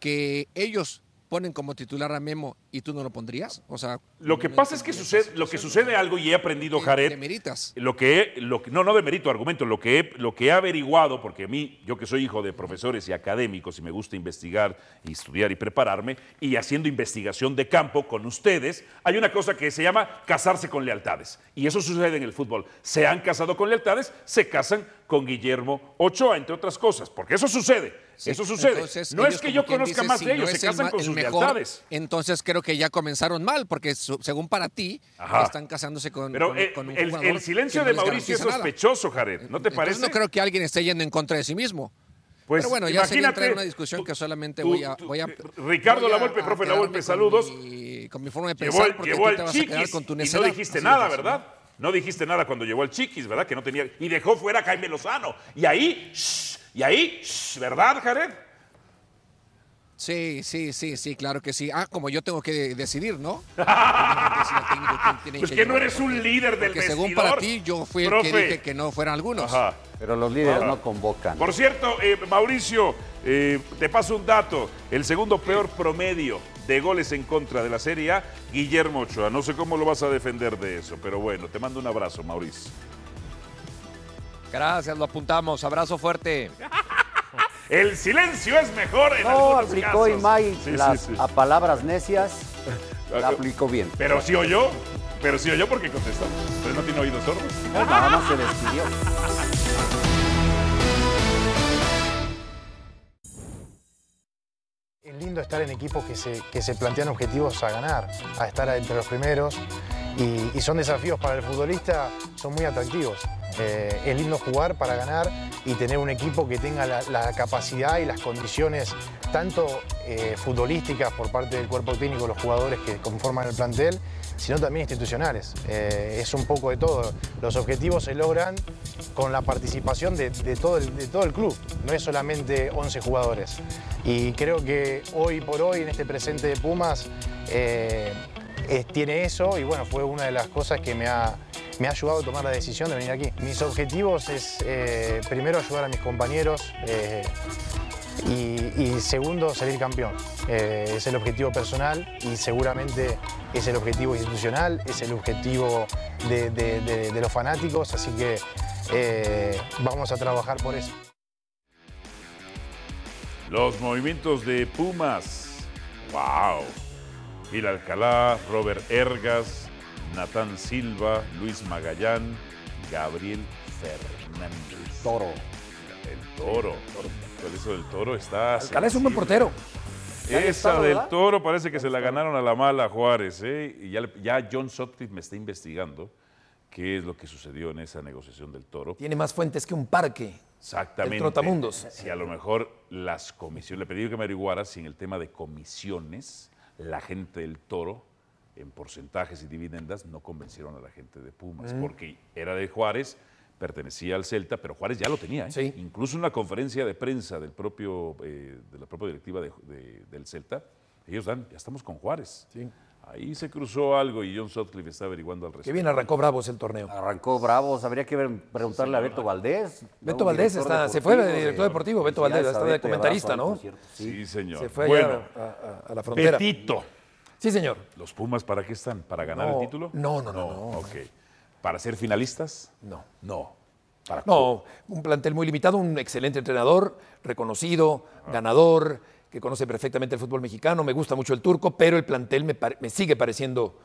que ellos ponen como titular a Memo y tú no lo pondrías. O sea,
Lo que
no
pasa es que
entendí esa
sucede, lo que
situación.
sucede algo y he aprendido,
Te-
Jared.
te meritas.
Lo que, he- lo que- no, no de mérito, argumento, lo que, he, lo que he averiguado, porque a mí, yo que soy hijo de profesores y académicos y me gusta investigar y estudiar y prepararme, y haciendo investigación de campo con ustedes, hay una cosa que se llama casarse con lealtades. Y eso sucede en el fútbol. Se han casado con lealtades, se casan con Guillermo Ochoa, entre otras cosas, porque eso sucede.
Sí,
eso sucede.
entonces,
no es
ellos
que
como
yo
quien
conozca
dice,
más
si
de
no
ellos,
es
se
el
casan
ma-
con
el
sus
mejor,
lealtades.
Entonces creo que ya comenzaron mal, porque su- según para ti,
Ajá.
están casándose con,
Pero
con-
eh,
con un
el,
jugador
el silencio
que no
de
les
Mauricio es
garantiza nada.
sospechoso, Jared. ¿No te
Entonces,
parece?
no creo que alguien esté yendo en contra de sí mismo.
Pues,
Pero bueno, ya sería
imagínate,
entrar en una discusión
tú-
que solamente
tú-
voy a...
tú-
voy a-
eh, Ricardo
voy a-
Lavolpe,
a
profe
quedarme
Lavolpe,
con
saludos.
mi- Con mi forma de
Llevó,
pensar, porque
llevó
tú te
al
vas a quedar
Chiquis
con tu
y no
necedad.
dijiste
Así
nada,
es, ¿no?
¿verdad? No dijiste nada cuando llegó al Chiquis, ¿verdad? Que no tenía... Y dejó fuera a Jaime Lozano. Y ahí, shh, y ahí, shh, ¿verdad, Jared?
Sí, sí, sí, sí, claro que sí. Ah, como yo tengo que decidir, ¿no? Obviamente, si el técnico, ¿quién tiene
Pues
que
que no
llevar?
eres un líder del
Porque
vestidor.
según para ti, yo fui el que
Profe.
dije que no fueran algunos.
Ajá.
Pero los líderes
Ahora.
no convocan.
Por cierto, eh, Mauricio, eh, te paso un dato. El segundo peor promedio de goles en contra de la Serie A, Guillermo Ochoa. No sé cómo lo vas a defender de eso, pero bueno, te mando un abrazo, Mauricio.
Gracias, lo apuntamos. Abrazo fuerte.
El silencio es mejor en
No,
algunos
aplicó
casos.
Imai
Sí, sí,
las
sí. Ah,
a palabras necias, la
Ajá.
aplicó bien.
Pero sí oyó, pero sí oyó porque contestó. Pero no tiene oídos sordos.
Nada más se despidió.
Es lindo estar en equipos que se, que se plantean objetivos a ganar, a estar entre los primeros y, y son desafíos para el futbolista, son muy atractivos. Eh, es lindo jugar para ganar y tener un equipo que tenga la, la capacidad y las condiciones tanto eh, futbolísticas por parte del cuerpo técnico, los jugadores que conforman el plantel, sino también institucionales. Eh, es un poco de todo. Los objetivos se logran con la participación de, de todo el, de todo el club, no es solamente 11 jugadores. Y creo que hoy por hoy, en este presente de Pumas, eh, es- tiene eso y bueno, fue una de las cosas que me ha, me ha ayudado a tomar la decisión de venir aquí. Mis objetivos es eh, primero ayudar a mis compañeros eh, y, y segundo salir campeón. Eh, es el objetivo personal y seguramente es el objetivo institucional, es el objetivo de, de- de- de los fanáticos, así que eh, vamos a trabajar por eso.
Los movimientos de Pumas. ¡Wow! Gil Alcalá, Robert Ergas, Natán Silva, Luis Magallán, Gabriel Fernández.
Toro.
El toro. Pero eso del toro está.
Alcalá es un buen
sensible.
portero.
Esa
estado,
del
¿verdad?
toro parece que se la ganaron a la mala a Juárez. ¿eh? Y ya, le- ya John Sutcliffe me está investigando qué es lo que sucedió en esa negociación del toro.
Tiene más fuentes que un parque.
Exactamente.
El trotamundos.
Si a lo mejor las comisiones, le pedí que me averiguara si en el tema de comisiones, la gente del toro en porcentajes y dividendas no convencieron a la gente de Pumas,
Mm.
porque era de Juárez, pertenecía al Celta, pero Juárez ya lo tenía. ¿eh?
Sí.
Incluso en una conferencia de prensa del propio, eh, de la propia directiva de- de- del Celta, ellos dan, ya estamos con Juárez. Ahí se cruzó algo y John Sutcliffe está averiguando al
Que
respecto.
bien arrancó Bravos el torneo.
Arrancó Bravos, habría que ver- preguntarle a Beto Valdés.
Beto Valdés está- se fue de director deportivo, Beto Valdés, está de comentarista, ¿no?
Sí, señor.
Se fue allá
bueno,
a, a- a la frontera.
Petito.
Sí, señor.
¿Los Pumas para qué están? ¿Para ganar
No,
el título?
no, no, no, no.
Ok. ¿Para ser finalistas?
No.
No. ¿Para
No, un plantel muy limitado, un excelente entrenador, reconocido, ganador, que conoce perfectamente el fútbol mexicano. Me gusta mucho el turco, pero el plantel me, pare- me sigue pareciendo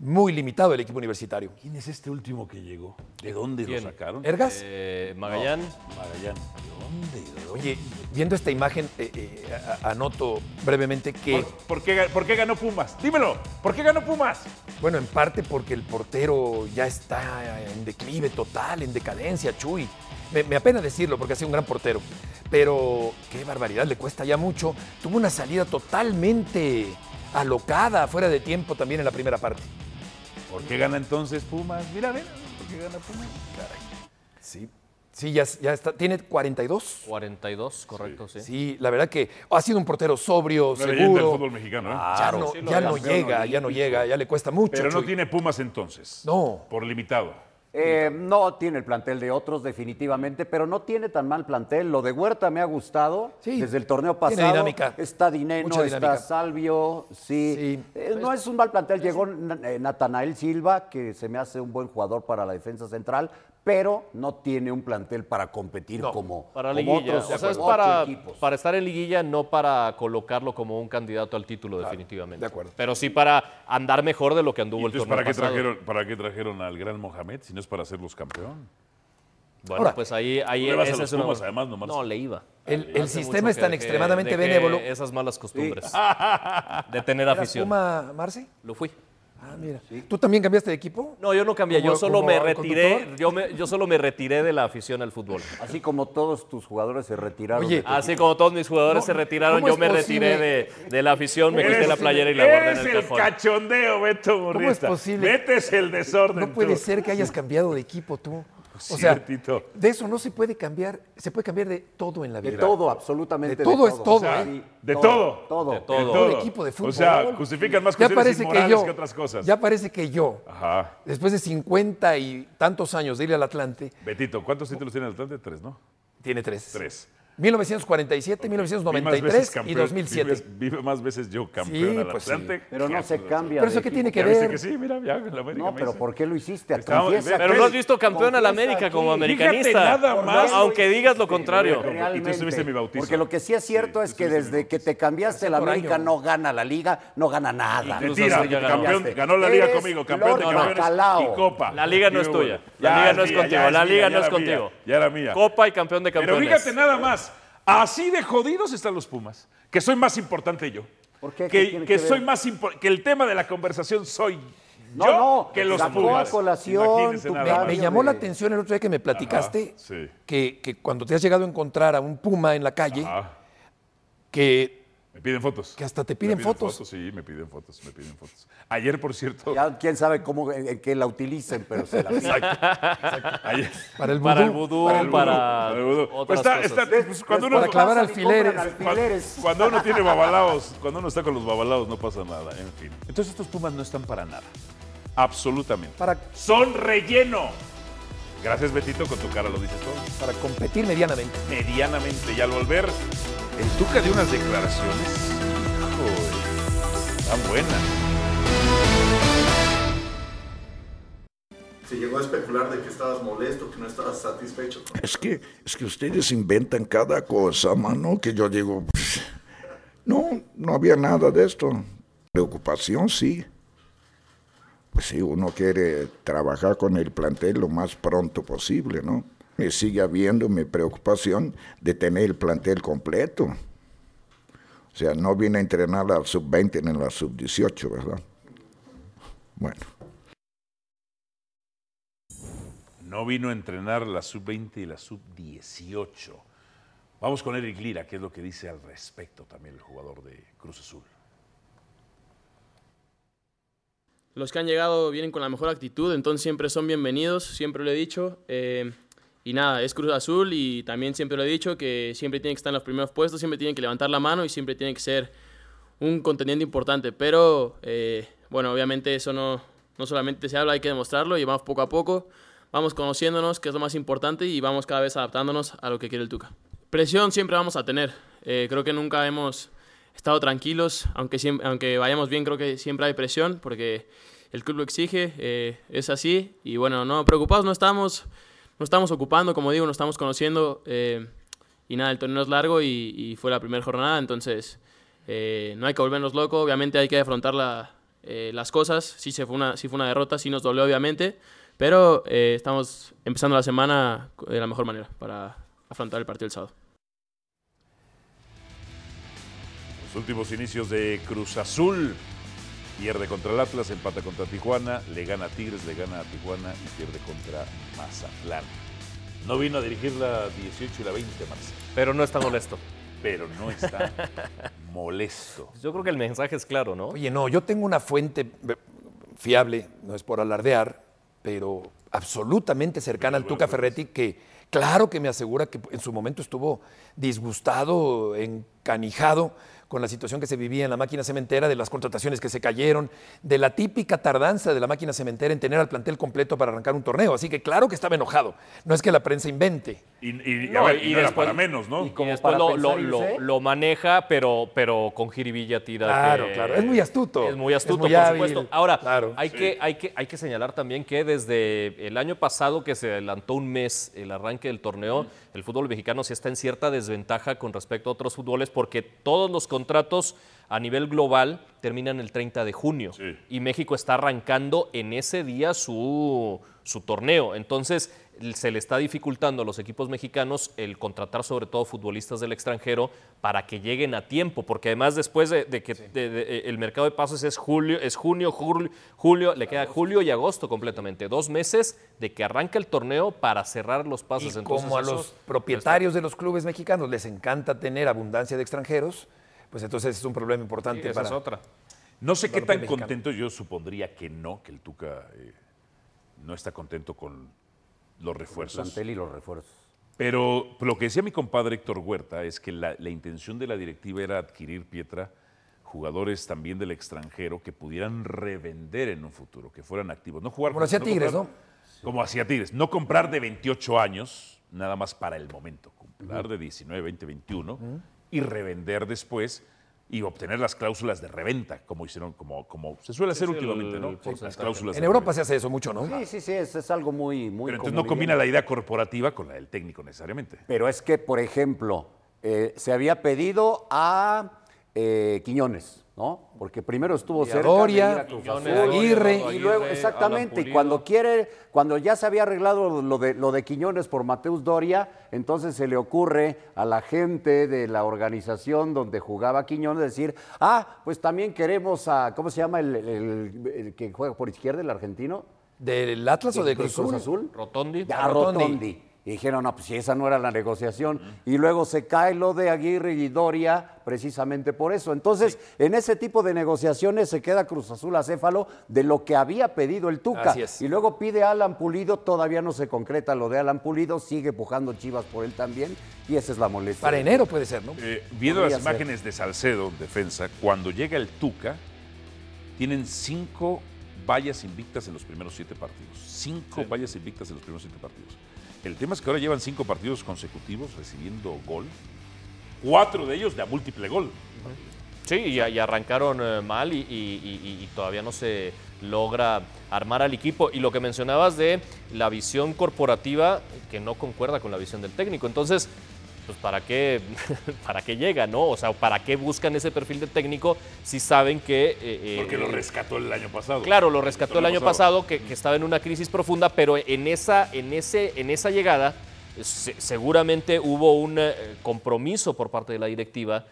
muy limitado el equipo universitario.
¿Quién es este último que llegó? ¿De dónde
¿Quién?
lo sacaron?
¿Ergas?
Eh, Magallán.
Magallanes. ¿De dónde?
Oye, viendo esta imagen, eh, eh, a- a- anoto brevemente que...
¿Por, por qué, ga- por qué ganó Pumas? Dímelo. ¿Por qué ganó Pumas?
Bueno, en parte porque el portero ya está en declive total, en decadencia, Chuy. Me, me apena decirlo porque ha sido un gran portero. Pero qué barbaridad, le cuesta ya mucho. Tuvo una salida totalmente alocada, fuera de tiempo también en la primera parte.
¿Por qué gana entonces Pumas? Mira, mira. ¿Por qué gana Pumas?
Sí. Sí, ya, ya está. Tiene 42.
42, correcto, sí.
Sí, la verdad que ha sido un portero sobrio,
Una leyenda del
seguro.
fútbol mexicano, ¿eh?
Ya no, ya no llega, ya no llega, ya le cuesta mucho.
Pero no
Chuy.
tiene Pumas entonces.
No.
Por limitado.
Eh, no tiene el plantel de otros, definitivamente, pero no tiene tan mal plantel. Lo de Huerta me ha gustado
Sí.
desde el torneo
Tiene
pasado.
dinámica.
Está Dineno,
Mucha dinámica.
está Salvio, sí.
Sí. Pues,
Eh, no es un mal plantel. Llegó Na- eh, Natanael Silva, que se me hace un buen jugador para la defensa central, pero no tiene un plantel para competir
No,
como,
Para
como
liguilla.
otros
o sea, es
ocho
para,
equipos.
para estar en liguilla, no para colocarlo como un candidato al título, definitivamente.
de acuerdo.
Pero sí para andar mejor de lo que anduvo el
Entonces,
torneo
¿para qué,
pasado.
trajeron, ¿para qué trajeron al gran Mohamed si no es para hacerlos campeón?
Bueno,
Ahora,
pues ahí, ahí
tú le vas a
esa
los
es una-
Pumas, además, nomás.
No, le iba.
El-
Le
el
hace
sistema
mucho
es tan
que dejé-
extremadamente
dejé
benévolo.
Esas malas costumbres de tener
¿Eras
afición.
Puma, Marce?
Lo fui.
Ah, mira. ¿Tú también cambiaste de equipo?
No, yo no cambié, yo
¿Como-
solo
como
me
conductor?
retiré, yo, me- yo solo me retiré de la afición al fútbol.
Así como todos tus jugadores se retiraron.
Oye, ah,
de tu
Así como todos mis jugadores
No,
se retiraron,
¿cómo
yo
es
me
posible?
retiré de, de la afición,
Pues
me quité
Eres-
la playera y la guardé en
eres
el cajón.
cachondeo, Beto Murrieta.
es posible?
Metes el desorden.
No puede
tú.
ser que hayas cambiado de equipo tú. O
Sí,
sea,
Betito.
de eso no se puede cambiar. Se puede cambiar de todo en la
De
vida.
todo, absolutamente.
De todo es todo, ¿eh?
sí,
De todo.
Todo.
De todo.
En
Todo equipo de
O sea,
fútbol.
justifican más
Ya
cuestiones
parece que
inmorales
yo.
que, otras cosas. Ah.
Ya parece que yo,
Ajá.
después de 50 y tantos años de ir al Atlante,
Betito, ¿cuántos títulos tiene el Atlante? Tres, ¿no?
tiene tres.
Tres.
1947,
Vi más veces
1993 y
campeón-
2007.
Vive, vive más veces yo campeón
Sí,
al
pues sí.
Atlante.
Pero no se cambia.
¿Pero
de
eso qué
equipo.
tiene que
¿Ya viste
ver?
que sí? Mira, ya en la América.
No,
me
pero
dice.
¿por qué lo hiciste?
Estábamos-
Confiesa
Pero
que-
no has visto campeón al
confiesa
América
aquí.
como americanista.
nada más.
Aunque digas lo contrario.
Y tú estuviste en mi bautizo.
Porque lo que sí es cierto
Sí, pues,
es
tú
que
estuviste en mi
desde que te cambiaste el
por
América
año.
no gana la liga, no gana nada.
Te
Cruz
tira,
Azul ya ganó.
campeón,
Cambiaste.
ganó la liga
Eres
conmigo, campeón de
Lord
campeones
Bacalao.
y copa.
La liga no es
Digo,
tuya.
ya
La liga no es
mía, ya
contigo. La
mía,
liga no
ya
es
la mía,
contigo.
Ya era mía.
Copa y campeón de campeones.
Pero fíjate nada más. Así de jodidos están los Pumas, que soy más importante yo.
¿Por qué? ¿Qué
Que,
tiene
que
que
soy
ver?
más impor- que el tema de la conversación soy
No,
yo
no,
que los
sacó a
Pumas.
colación
Imagínense
tu
nada
Me,
cambio
más.
me llamó
de-
la atención el otro día que me platicaste
Ajá, sí.
que, que cuando te has llegado a encontrar a un puma en la calle,
Ah,
que,
me piden fotos.
que hasta te
Me
piden, fotos.
Sí, me piden fotos, me piden fotos. Ayer, por cierto,
Ya quién sabe cómo, en, en qué la utilicen, pero se la
ayer-
Para el vudú.
Para el vudú, para,
para el vudú.
otras
Pues está-
cosas.
está- pues cuando uno
Para clavar
pasan y compran
alfileres.
Cuando,
alfileres.
cuando uno tiene babalaos, cuando uno está con los babalaos no pasa nada, en fin. Entonces estos Pumas no están para nada. Absolutamente.
Para,
Son relleno. Gracias, Betito, con tu cara lo dices todo.
para competir medianamente.
Medianamente, y al volver, el Tuca de unas declaraciones. Híjole, tan buenas.
Se llegó a especular de que estabas molesto, que no estabas satisfecho.
Es que, es que ustedes inventan cada cosa, mano, que yo digo, "Pff, no, no había nada de esto. Preocupación, sí. Pues sí, uno quiere trabajar con el plantel lo más pronto posible, ¿no? Me sigue habiendo mi preocupación de tener el plantel completo. O sea, no vine a entrenar al sub-20 ni a la sub-18, ¿verdad? Bueno.
No vino a entrenar la sub-20 y la sub-18. Vamos con Eric Lira, que es lo que dice al respecto también el jugador de Cruz Azul.
Los que han llegado vienen con la mejor actitud, entonces siempre son bienvenidos, siempre lo he dicho. eh, y nada, es Cruz Azul y también siempre lo he dicho que siempre tienen que estar en los primeros puestos, siempre tienen que levantar la mano y siempre tienen que ser un contendiente importante. Pero eh, bueno, obviamente eso no, no solamente se habla, hay que demostrarlo y vamos poco a poco, vamos conociéndonos, que es lo más importante, y vamos cada vez adaptándonos a lo que quiere el Tuca. Presión siempre vamos a tener. Eh, creo que nunca hemos estado tranquilos, aunque, siem- aunque vayamos bien, creo que siempre hay presión, porque el club lo exige, eh, es así, y bueno, no, preocupados no estamos, no estamos ocupando, como digo, no estamos conociendo, eh, y nada, el torneo es largo y, y fue la primera jornada, entonces eh, no hay que volvernos locos, obviamente hay que afrontar la- eh, las cosas, sí, se fue una, sí fue una derrota, sí nos dolió, obviamente, pero eh, estamos empezando la semana de la mejor manera para afrontar el partido del sábado.
Los últimos inicios de Cruz Azul. Pierde contra el Atlas, empata contra Tijuana, le gana a Tigres, le gana a Tijuana y pierde contra Mazatlán. No vino a dirigir la 18 y la 20, Marcelo.
Pero no está molesto.
Pero no está molesto.
Yo creo que el mensaje es claro, ¿no?
Oye, no, yo tengo una fuente eh, fiable, no es por alardear, pero absolutamente cercana al Tuca Ferretti, que claro que me asegura que en su momento estuvo disgustado, encanijado con la situación que se vivía en la máquina cementera, de las contrataciones que se cayeron, de la típica tardanza de la máquina cementera en tener al plantel completo para arrancar un torneo. Así que claro que estaba enojado. No es que la prensa invente.
Y, y- y
No,
a ver, y
y
no era
después-
para menos, ¿no?
Y como después lo, lo- lo- lo maneja, pero, pero con jiribilla tira.
Claro,
que-
claro. Es muy astuto.
Es muy
Es
astuto,
muy
por
hábil.
supuesto. Ahora,
Claro.
hay,
Sí.
que, hay, que, hay que señalar también que desde el año pasado, que se adelantó un mes el arranque del torneo, el fútbol mexicano sí está en cierta desventaja con respecto a otros fútboles, porque todos los contratos a nivel global terminan el 30 de junio. Y México está arrancando en ese día su, su torneo. Entonces, se le está dificultando a los equipos mexicanos el contratar sobre todo futbolistas del extranjero para que lleguen a tiempo, porque además después de, de que de- de- el mercado de pases es julio, es junio, julio, julio, le queda julio y agosto completamente, dos meses de que arranca el torneo para cerrar los pases. Entonces,
como a
eso- este
los propietarios de los clubes mexicanos les encanta tener abundancia de extranjeros, pues entonces es un problema importante
Sí, esa
para
es otra.
No sé
para
qué
el
tan
mexicano.
contento, yo supondría que no, que el Tuca eh, no está contento con los refuerzos.
plantel y los refuerzos.
Pero lo que decía mi compadre Héctor Huerta es que la, la intención de la directiva era adquirir, Pietra, jugadores también del extranjero que pudieran revender en un futuro, que fueran activos. No jugar
Como lo hacía Tigres,
comprar- Como hacía Tigres. No comprar de 28 años, nada más para el momento. Comprar de 19, 20, 21 y revender después y obtener las cláusulas de reventa, como hicieron, como, como se suele
Sí,
hacer
sí, el-
últimamente,
el
¿no? Las
porcentaje.
cláusulas
En
de
Europa
reventa.
se hace eso mucho, ¿no?
Sí, sí, sí, es, es algo muy, muy
Pero entonces
común
no
y
combina
bien.
la idea corporativa con la del técnico necesariamente.
Pero es que, por ejemplo, eh, se había pedido a eh, Quiñones, ¿no? Porque primero estuvo
Y a
cerca
Doria,
de ir a Cruz
Quiñones,
Azul,
Aguirre.
y luego
Aguirre, Alan
exactamente, y
Pulido.
cuando quiere, cuando ya se había arreglado lo de lo de Quiñones por Mateus Doria, entonces se le ocurre a la gente de la organización donde jugaba Quiñones decir, "Ah, pues también queremos a ¿cómo se llama el, el- el que juega por izquierda el argentino?"
¿Del Atlas o de Cruz Azul? Ah,
Rotondi.
Ya, Rotondi. Y dijeron, no, pues si esa no era la negociación. Y luego se cae lo de Aguirre y Doria precisamente por eso. Entonces, en ese tipo de negociaciones se queda Cruz Azul acéfalo de lo que había pedido el Tuca.
Así es.
Y luego pide a Alan Pulido, todavía no se concreta lo de Alan Pulido, sigue pujando Chivas por él también. Y esa es la molestia.
Para enero puede ser, ¿no?
Eh, viendo las
Podría ser.
imágenes de Salcedo en defensa, cuando llega el Tuca, tienen cinco vallas invictas en los primeros siete partidos. Cinco vallas invictas en los primeros siete partidos. El tema es que ahora llevan cinco partidos consecutivos recibiendo gol. Cuatro de ellos de a múltiple gol.
Sí, y, y arrancaron eh, mal y, y- y- y- y todavía no se logra armar al equipo. Y lo que mencionabas de la visión corporativa que no concuerda con la visión del técnico. Entonces, pues ¿para qué, para qué llega, no? O sea, ¿para qué buscan ese perfil de técnico si saben que... eh, eh,
Porque lo
eh,
rescató el año pasado.
Claro, lo rescató el año
pasado.
pasado, que, que estaba en una crisis profunda, pero en esa, en ese, en esa llegada se- seguramente hubo un eh, compromiso por parte de la directiva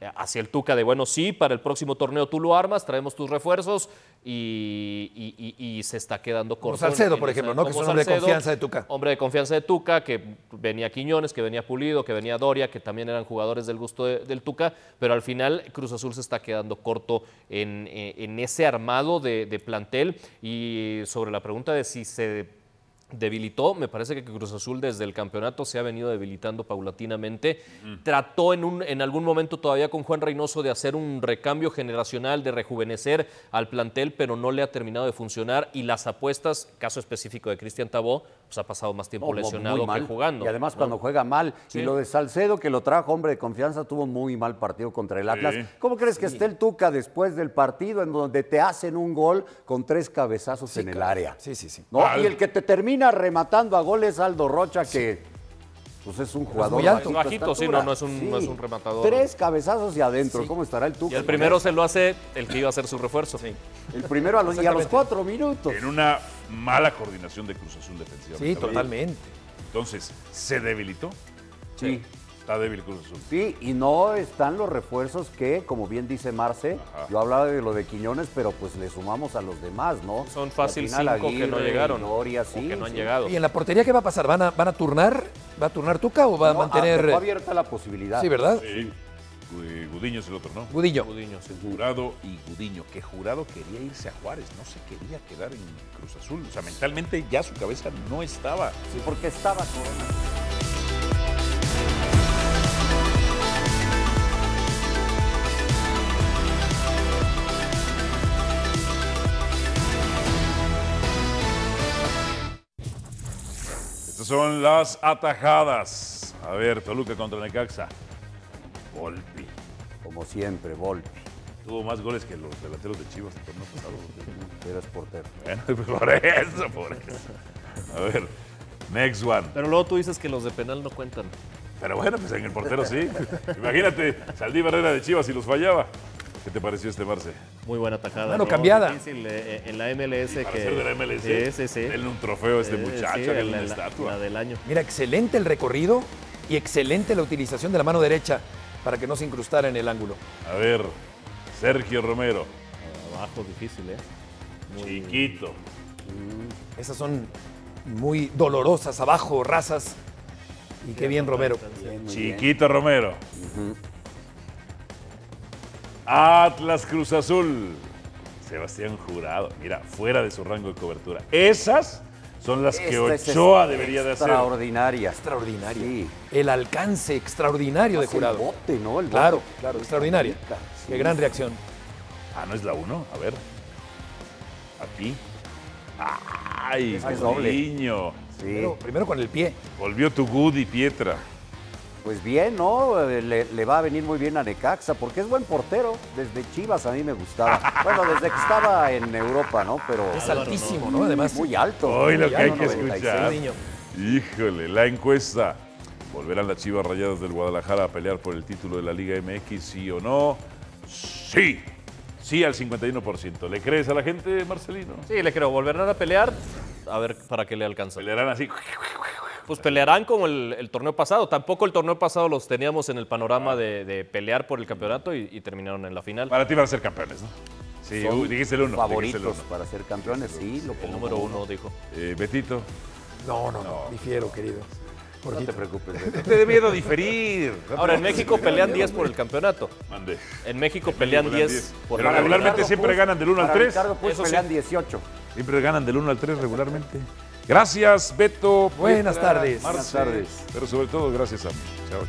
eh, hacia el Tuca de, bueno, sí, para el próximo torneo tú lo armas, traemos tus refuerzos y, y- y- y se está quedando corto. en-
Salcedo,
en
por
esa-
ejemplo, ¿no? Que es
como
un hombre de
Salcedo,
confianza de Tuca.
Hombre de confianza de Tuca, que venía Quiñones, que venía Pulido, que venía Doria, que también eran jugadores del gusto de- del Tuca, pero al final Cruz Azul se está quedando corto en, eh, en ese armado de, de plantel y sobre la pregunta de si se debilitó, me parece que Cruz Azul desde el campeonato se ha venido debilitando paulatinamente. Trató en, un, en algún momento todavía con Juan Reynoso de hacer un recambio generacional, de rejuvenecer al plantel, pero no le ha terminado de funcionar y las apuestas, caso específico de Cristian Tabó, pues ha pasado más tiempo
Oh, No,
lesionado
muy
que
mal.
jugando.
Y además
¿no?
cuando juega mal.
Sí.
Y lo de Salcedo, que lo trajo hombre de confianza, tuvo muy mal partido contra el Atlas.
Sí.
¿Cómo crees que
Sí.
esté el Tuca después del partido en donde te hacen un gol con tres cabezazos en el área?
Sí, sí, sí.
¿no?
Ah,
Y el que te termina rematando a goles es Aldo Rocha, que pues es un jugador
muy alto.
de
Bajito, sí,
estatura.
no, no es un- no es un rematador.
Tres cabezazos y adentro. ¿Cómo estará el Tuca?
Y el primero se lo hace el que iba a ser su refuerzo.
El primero a los, y a los
Exactamente.
cuatro minutos.
En una mala coordinación de Cruz Azul defensiva.
Sí, totalmente.
Entonces, ¿se debilitó?
Sí.
Está débil Cruz Azul.
Sí, y no están los refuerzos que, como bien dice Marce, yo hablaba de lo de Quiñones, pero pues le sumamos a los demás, ¿no?
Son fácil
Al final,
cinco que
Aguirre,
no llegaron,
Gloria,
o
sí,
que no han
sí.
llegado.
¿Y en la portería qué va a pasar? ¿Van a, van a turnar? ¿Va a turnar Tuca o va
No, ah,
a mantener...?
dejó abierta la posibilidad.
Sí, ¿verdad?
Sí. Gu- Eh, Gudiño es el otro, ¿no?
Gudiño.
Gudiño, sí. Jurado y Gudiño. Que Jurado quería irse a Juárez, no se quería quedar en Cruz Azul. O sea, mentalmente ya su cabeza no estaba.
Sí, porque estaba con...
Estas son las atajadas. A ver, Toluca contra Necaxa. Volpi.
Como siempre, Volpi.
Tuvo más goles que los delanteros de Chivas el torneo pasado.
Pero es portero.
Bueno, por eso, por eso. A ver, next one.
Pero luego tú dices que los de penal no cuentan.
Pero bueno, pues en el portero sí. Imagínate, Saldívar era de Chivas y los fallaba. ¿Qué te pareció este Marce?
Muy buena tajada.
Mano cambiada.
Difícil, eh, eh, en la MLS.
para
que,
ser de la MLS,
Sí, sí, Eh, sí.
denle un trofeo a este muchacho, hágale
la-
una
la-
estatua.
la del año.
Mira, excelente el recorrido y excelente la utilización de la mano derecha para que no se incrustara en el ángulo.
A ver, Sergio Romero.
Abajo, difícil, ¿eh?
Chiquito.
Esas son muy dolorosas, abajo, razas. Y qué bien, Romero.
Chiquito Romero. Atlas Cruz Azul. Sebastián Jurado. Mira, fuera de su rango de cobertura. Esas son las que
Esta es
Ochoa debería de hacer.
Extraordinaria.
Extraordinaria.
Sí.
El alcance extraordinario de
Más el
jurado.
bote, ¿no? El bote.
Claro, claro, extraordinaria.
Rica, sí.
Qué gran reacción.
Ah, no es la uno. A ver. Aquí. Ay,
Es que es doble.
niño.
Primero, primero con el pie.
Volvió tu Gudi Pietra.
Pues bien, ¿no? Eh, Le, le va a venir muy bien a Necaxa, porque es buen portero. Desde Chivas a mí me gustaba. bueno, desde que estaba en Europa, ¿no? Pero
Es altísimo, ¿no? Además.
Muy alto.
Hoy lo
Muy
que hay
alto,
que
96.
escuchar. Híjole, la encuesta. ¿Volverán las Chivas Rayadas del Guadalajara a pelear por el título de la Liga MX, sí o no? Sí. Sí al 51%. ¿Le crees a la gente, Marcelino?
Sí, le creo. ¿Volverán a pelear? A ver para qué le alcanza.
¿Pelearán así?
Pues pelearán como el, el torneo pasado. Tampoco el torneo pasado los teníamos en el panorama de, de pelear por el campeonato y, y terminaron en la final.
Para ti van a ser campeones, ¿no? Sí,
Son
uy, dijiste el uno.
Favoritos
dijiste el uno.
para ser campeones, sí. Lo
El número uno dijo.
Eh, Betito.
No, no, no. Difiero, querido.
No te preocupes. Beto.
Te dé miedo diferir.
Ahora, en México pelean 10 por el campeonato.
Mande.
En México pelean 10 por el
Pero regularmente
Ricardo
siempre
Puig-
ganan del 1 al
para
3.
Ricardo Puig
Eso sí.
pelean 18.
Siempre ganan del 1 al 3 regularmente. Gracias, Beto.
Buenas
Pietra,
tardes.
Marce,
Buenas tardes.
Pero sobre todo, gracias a mí. Chao, chao.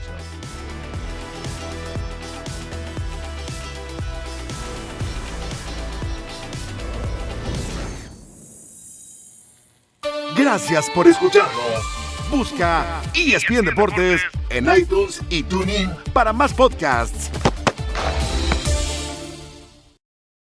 Gracias por escucharnos. E Busca ESPN Deportes en iTunes y TuneIn para más podcasts.